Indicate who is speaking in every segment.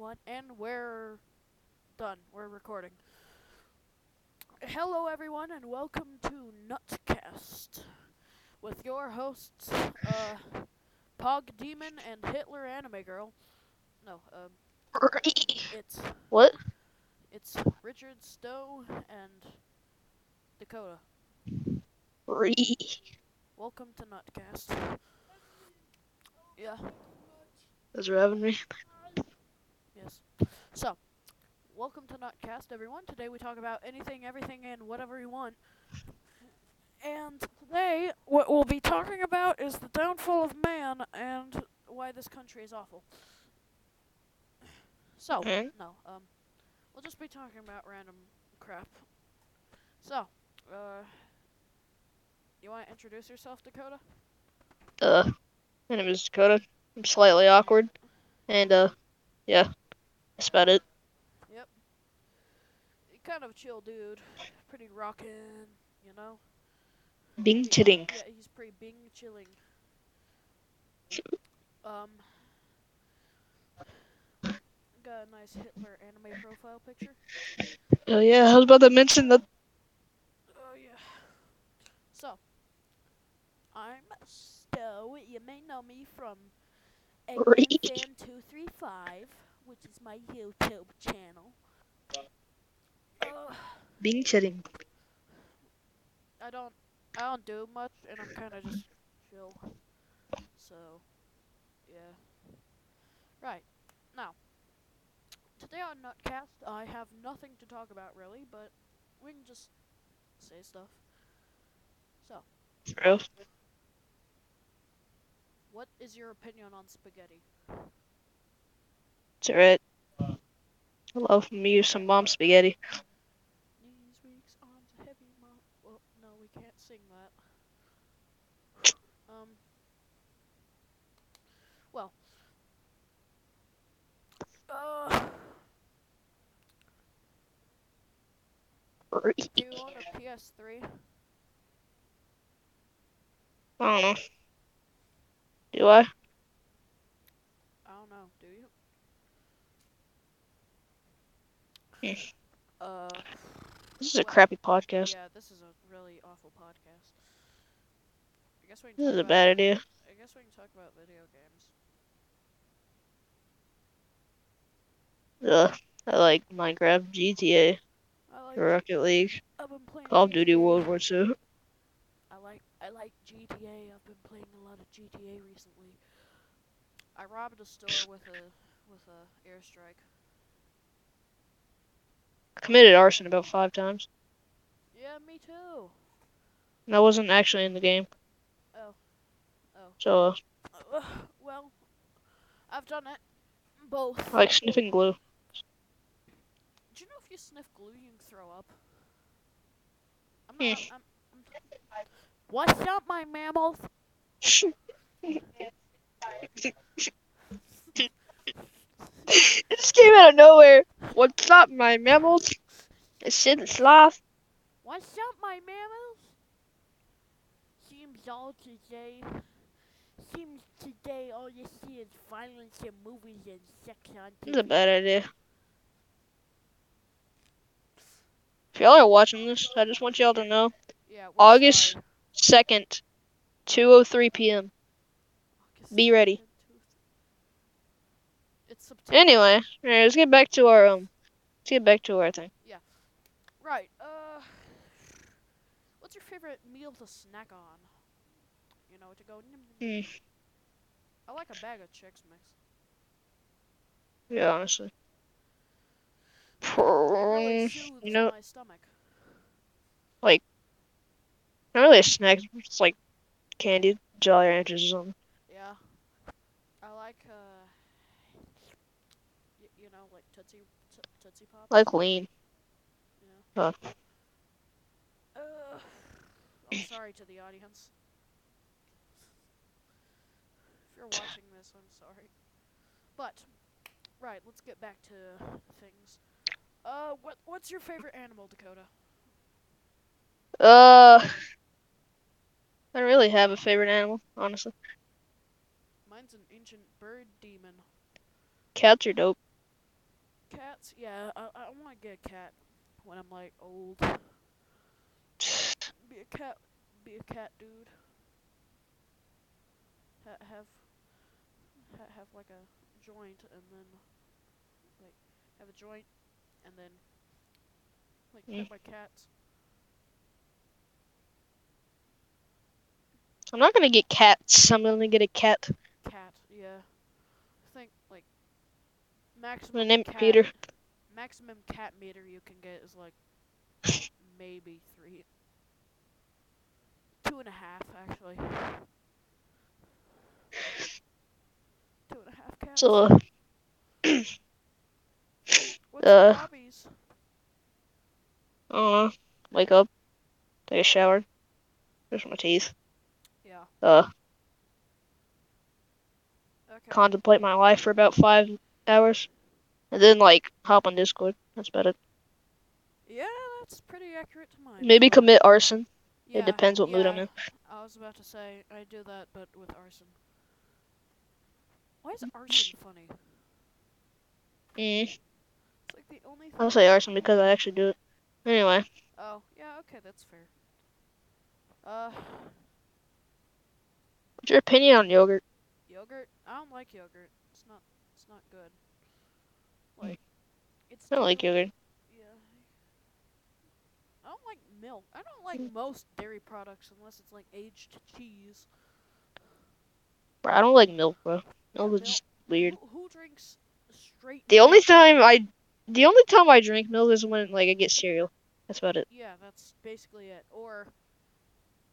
Speaker 1: on, and we're done. We're recording. Hello, everyone, and welcome to Nutcast with your hosts, uh, Pog Demon and Hitler Anime Girl. No, um, it's
Speaker 2: What?
Speaker 1: it's Richard Stowe and Dakota. Welcome to Nutcast. Yeah.
Speaker 2: Those are having me.
Speaker 1: Yes. So, welcome to Notcast, everyone. Today we talk about anything, everything, and whatever you want. And today, what we'll be talking about is the downfall of man and why this country is awful. So,
Speaker 2: Okay.
Speaker 1: no, um, we'll just be talking about random crap. So, uh, you want to introduce yourself, Dakota?
Speaker 2: Uh, my name is Dakota. I'm slightly awkward, and uh, yeah, that's about it.
Speaker 1: you kind of a chill dude, pretty rockin', you know.
Speaker 2: Bing chitting.
Speaker 1: Yeah, he's pretty bing chilling. Um, got a nice Hitler anime profile picture.
Speaker 2: Oh yeah, I was about to mention that.
Speaker 1: Oh yeah. So, I'm Stowe. You may know me from Eggman235, which is my YouTube channel. Uh,
Speaker 2: Bing chitting.
Speaker 1: I don't, I don't do much, and I'm kind of just chill. So, yeah. Right now, today on Nutcast, I have nothing to talk about really, but we can just say stuff. So,
Speaker 2: True.
Speaker 1: what is your opinion on spaghetti?
Speaker 2: It's alright. Hello from me, some mom spaghetti.
Speaker 1: Knees, weeks, arms, are heavy. Mom. Well, no, we can't sing that. Um. Well. Uh,
Speaker 2: I
Speaker 1: do you own a PS3?
Speaker 2: don't know. Do I?
Speaker 1: I don't know. Do you?
Speaker 2: Yeah.
Speaker 1: uh.
Speaker 2: This is a crappy podcast.
Speaker 1: Yeah, this is a really awful podcast. I guess we. Can
Speaker 2: This is
Speaker 1: talk
Speaker 2: a
Speaker 1: about-
Speaker 2: bad idea.
Speaker 1: I guess we can talk about video games.
Speaker 2: Ugh. I like Minecraft, GTA,
Speaker 1: I like.
Speaker 2: Rocket League,
Speaker 1: I've been playing
Speaker 2: Call of Duty,
Speaker 1: GTA.
Speaker 2: World War II.
Speaker 1: I like I like GTA. I've been playing a lot of GTA recently. I robbed a store with a with a airstrike.
Speaker 2: Committed arson about five times,
Speaker 1: Yeah, me too.
Speaker 2: and I wasn't actually in the game.
Speaker 1: Oh, oh.
Speaker 2: So uh,
Speaker 1: Ugh, well, I've done it. Both.
Speaker 2: I like sniffing glue.
Speaker 1: Do you know if you sniff glue, you can throw up? I'm
Speaker 2: Hmm.
Speaker 1: not. I'm, I'm, what's up, my mammals?
Speaker 2: it just came out of nowhere. What's up, my mammals? It's in the sloth.
Speaker 1: What's up, my mammals? Seems all today. Seems today all you see is violence in movies and sex on
Speaker 2: It's a
Speaker 1: TV.
Speaker 2: bad idea. If y'all are watching this, I just want y'all to know.
Speaker 1: Yeah, we're
Speaker 2: August-
Speaker 1: sorry.
Speaker 2: Second, 2:03 p.m.
Speaker 1: August
Speaker 2: be ready.
Speaker 1: 22nd. It's September.
Speaker 2: Anyway, alright, let's get back to our um, let's get back to our thing.
Speaker 1: Right. Uh, what's your favorite meal to snack on? You know, to go. Nim, nim.
Speaker 2: Hmm.
Speaker 1: I like a bag of chicks mix.
Speaker 2: Yeah, honestly.
Speaker 1: It really
Speaker 2: Prawn.
Speaker 1: soothes
Speaker 2: Um, You know,
Speaker 1: my stomach.
Speaker 2: not really a snack. It's like candy, Jolly Ranchers or something.
Speaker 1: Yeah. I like uh, y- you know, like tootsie t- tootsie pop.
Speaker 2: Like lean.
Speaker 1: Yeah.
Speaker 2: Huh.
Speaker 1: Ugh. I'm sorry to the audience. If you're watching this, I'm sorry. But, right, let's get back to things. Uh, what what's your favorite animal, Dakota?
Speaker 2: Uh, I don't really have a favorite animal, honestly.
Speaker 1: Mine's an ancient bird demon.
Speaker 2: Cats are dope.
Speaker 1: Cats? Yeah, I, I want to get a cat when I'm like old. Be a cat, be a cat dude. Ha- have ha- have like a joint and then like have a joint and then like pet
Speaker 2: Mm.
Speaker 1: my cats.
Speaker 2: I'm not gonna get cats. I'm gonna get a cat.
Speaker 1: Cat, yeah. I think like
Speaker 2: I'm gonna
Speaker 1: maximum
Speaker 2: name it
Speaker 1: cat,
Speaker 2: Peter.
Speaker 1: maximum cat meter you can get is like maybe three, two and a half actually. Two and a half cats.
Speaker 2: So uh,
Speaker 1: What's your
Speaker 2: uh,
Speaker 1: hobbies?
Speaker 2: uh, wake up, take a shower, brush my teeth,
Speaker 1: Yeah.
Speaker 2: uh,
Speaker 1: Okay.
Speaker 2: contemplate my life for about five hours, and then like hop on Discord. That's about it.
Speaker 1: yeah, that's pretty accurate to mine.
Speaker 2: Maybe commit arson.
Speaker 1: Yeah,
Speaker 2: It depends what mood I'm
Speaker 1: yeah,
Speaker 2: in.
Speaker 1: I was about to say I do that, but with arson. Why is
Speaker 2: Mm-hmm.
Speaker 1: arson funny?
Speaker 2: Mm,
Speaker 1: It's like the only.
Speaker 2: I'll
Speaker 1: Thing
Speaker 2: say arson because I actually do it. Anyway,
Speaker 1: Oh, yeah, okay, that's fair. Uh,
Speaker 2: what's your opinion on yogurt?
Speaker 1: yogurt? I don't like yogurt. It's not. It's not good.
Speaker 2: Hmm.
Speaker 1: Like, it's.
Speaker 2: I don't like
Speaker 1: too-
Speaker 2: yogurt.
Speaker 1: Yeah. I don't like milk. I don't like most dairy products unless it's like aged cheese.
Speaker 2: Bro, I don't like milk, bro. Milk
Speaker 1: Milk-
Speaker 2: is just weird.
Speaker 1: Who, who drinks straight?
Speaker 2: The only
Speaker 1: milk?
Speaker 2: time I, the only time I drink milk is when like I get cereal. That's about it.
Speaker 1: Yeah, that's basically it. Or,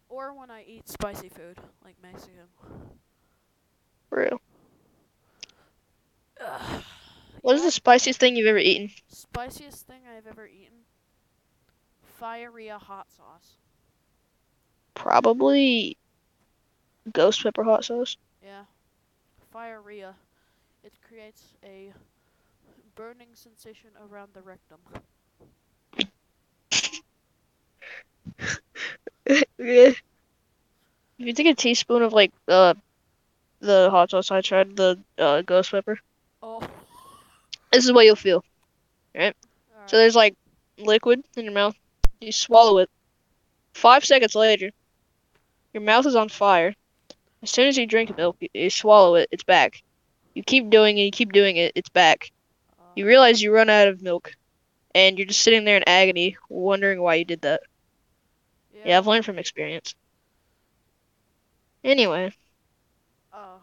Speaker 1: or when I eat spicy food like Mexican.
Speaker 2: For real.
Speaker 1: Ugh.
Speaker 2: What is
Speaker 1: Yeah.
Speaker 2: the spiciest thing you've ever eaten?
Speaker 1: Spiciest thing I've ever eaten. Fieria hot sauce.
Speaker 2: Probably ghost pepper hot sauce.
Speaker 1: Yeah. Fieria. It creates a burning sensation around the rectum.
Speaker 2: if you take a teaspoon of like uh, the hot sauce I tried, the uh, ghost pepper,
Speaker 1: Oh.
Speaker 2: this is what you'll feel. So
Speaker 1: Alright.
Speaker 2: there's like liquid in your mouth. You swallow it. Five seconds later, your mouth is on fire. As soon as you drink milk, you, you swallow it. It's back. You keep doing it. You keep doing it. It's back.
Speaker 1: Uh,
Speaker 2: You realize you run out of milk, and you're just sitting there in agony, wondering why you did that.
Speaker 1: yeah.
Speaker 2: Yeah, I've learned from experience. Anyway,
Speaker 1: Uh,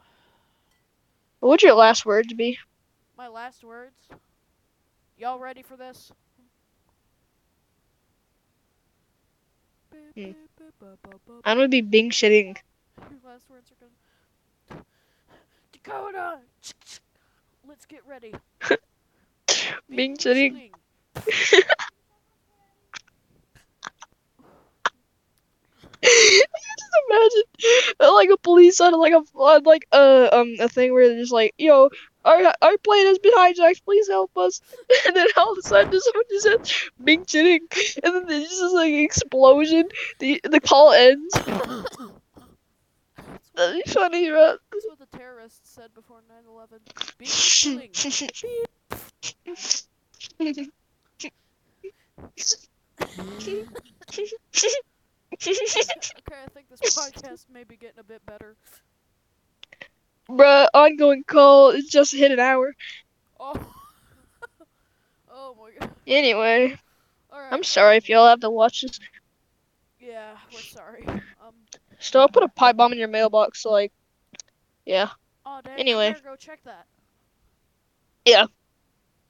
Speaker 2: what would your last words be?
Speaker 1: my last words. Y'all ready for this?
Speaker 2: Hmm. I'm gonna be bing shitting.
Speaker 1: Your last words are gonna. Dakota! Let's get ready.
Speaker 2: Bing shitting.
Speaker 1: Sling.
Speaker 2: I can just imagine uh, like a police on like a on, like uh um a thing where they're just like yo our our plane has been hijacked please help us and then all of a sudden just someone just says bing chitting and then there's just like an explosion the the call ends
Speaker 1: That's what,
Speaker 2: that'd be funny bro.
Speaker 1: that's what the terrorists said before 9 11. Bing shitting. Okay, I think this podcast may be getting a bit better.
Speaker 2: Bruh, ongoing call it just hit an hour.
Speaker 1: Oh. oh my god.
Speaker 2: Anyway,
Speaker 1: Alright.
Speaker 2: I'm sorry if y'all have to watch this.
Speaker 1: Yeah, we're sorry. Um.
Speaker 2: Still, I put a pipe bomb in your mailbox. So like, yeah.
Speaker 1: Oh, damn.
Speaker 2: Anyway.
Speaker 1: Go check that.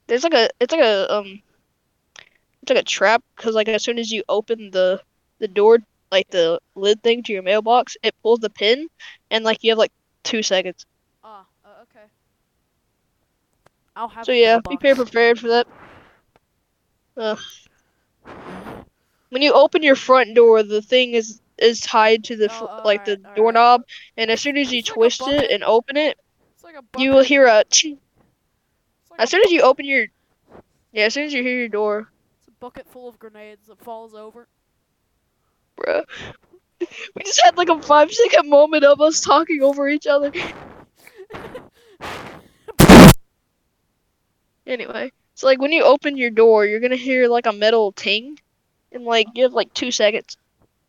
Speaker 2: There's like a it's like a um it's like a trap because like as soon as you open the the door like the lid thing to your mailbox it pulls the pin and like you have like two seconds
Speaker 1: Ah, uh, okay. I'll have
Speaker 2: so
Speaker 1: it in
Speaker 2: yeah
Speaker 1: the
Speaker 2: be
Speaker 1: box.
Speaker 2: pre- prepared for that uh, when you open your front door the thing is is tied to the fr-
Speaker 1: Oh,
Speaker 2: like the
Speaker 1: alright, alright.
Speaker 2: doorknob and as soon as you
Speaker 1: It's like a
Speaker 2: twist
Speaker 1: bucket.
Speaker 2: it and open it
Speaker 1: It's like a
Speaker 2: you will
Speaker 1: bucket.
Speaker 2: hear a ching.
Speaker 1: It's like
Speaker 2: as
Speaker 1: a,
Speaker 2: soon as you open your yeah as soon as you hear your door
Speaker 1: it's a bucket full of grenades that falls over.
Speaker 2: bro. We just had like a five second moment of us talking over each other. Anyway, So like when you open your door, you're gonna hear like a metal ting, and like you have like two seconds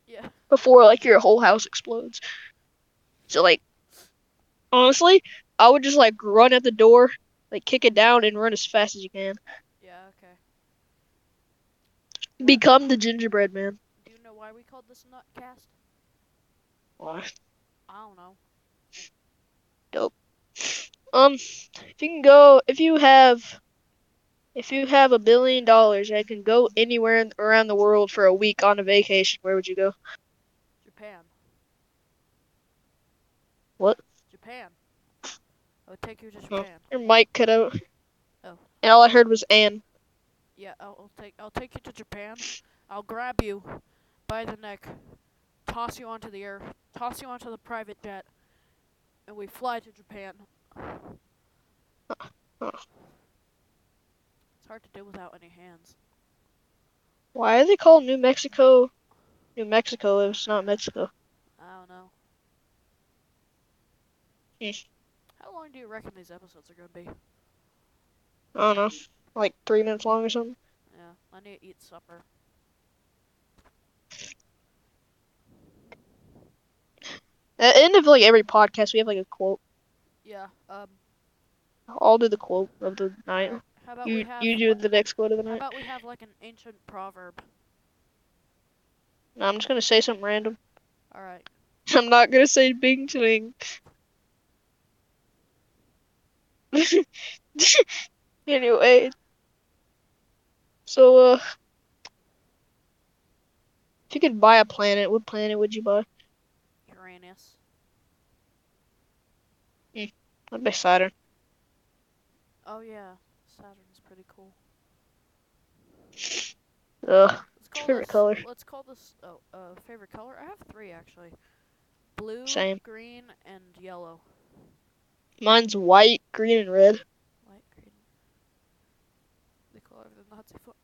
Speaker 1: Yeah.
Speaker 2: before like your whole house explodes. So like, honestly, I would just like run at the door, like kick it down and run as fast as you can.
Speaker 1: Yeah. Okay.
Speaker 2: Become the gingerbread man.
Speaker 1: Do you know why we called this Nutcast? I don't know.
Speaker 2: Um, if you can go, if you have, if you have a billion dollars and can go anywhere in, around the world for a week on a vacation, where would you go?
Speaker 1: Japan.
Speaker 2: What? Oh.
Speaker 1: Japan. I would take you to Japan.
Speaker 2: Your mic cut out.
Speaker 1: Oh.
Speaker 2: And all I heard was Anne.
Speaker 1: Yeah, I'll, I'll take I'll take you to Japan. I'll grab you by the neck, toss you onto the air, toss you onto the private jet, and we fly to Japan. It's hard to do without any hands.
Speaker 2: Why are they called New Mexico? New Mexico, if it's not Mexico.
Speaker 1: I don't know.
Speaker 2: Yeesh.
Speaker 1: How long do you reckon these episodes are gonna be?
Speaker 2: I don't know. Like three minutes long or something.
Speaker 1: Yeah, I need to eat supper.
Speaker 2: At the end of like every podcast, we have like a quote.
Speaker 1: Yeah. Um.
Speaker 2: I'll do the quote of the night.
Speaker 1: How about we
Speaker 2: You
Speaker 1: have
Speaker 2: you do
Speaker 1: li-
Speaker 2: the next quote of the
Speaker 1: How
Speaker 2: night.
Speaker 1: about we have like an ancient proverb?
Speaker 2: No, I'm just gonna say something random.
Speaker 1: All right.
Speaker 2: I'm not gonna say Bing Twing. anyway, so uh, if you could buy a planet, what planet would you buy?
Speaker 1: Uranus.
Speaker 2: I'd buy Saturn.
Speaker 1: Oh yeah, Saturn's pretty cool.
Speaker 2: Ugh.
Speaker 1: Let's call
Speaker 2: Favorite
Speaker 1: this,
Speaker 2: color.
Speaker 1: Let's call this oh uh favorite color. I have three actually. Blue,
Speaker 2: Same.
Speaker 1: green, and yellow.
Speaker 2: Mine's white, green, and red.
Speaker 1: Light green. The color of the Nazi flag.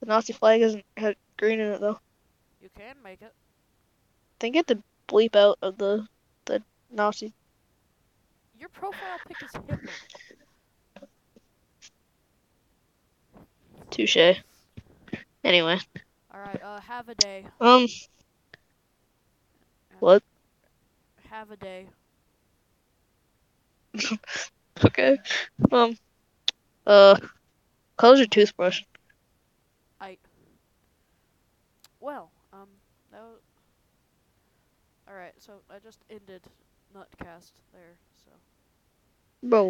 Speaker 2: The Nazi flag isn't had green in it though.
Speaker 1: You can make it.
Speaker 2: They get the bleep out of the the Nazi.
Speaker 1: Your profile pic is Hitler.
Speaker 2: Touche. Anyway,
Speaker 1: All right. Uh, have a day.
Speaker 2: um, What?
Speaker 1: Have a day.
Speaker 2: okay, um, uh, color's your toothbrush?
Speaker 1: I. Well, um, that was. Alright, so I just ended Nutcast there, so.
Speaker 2: Bro,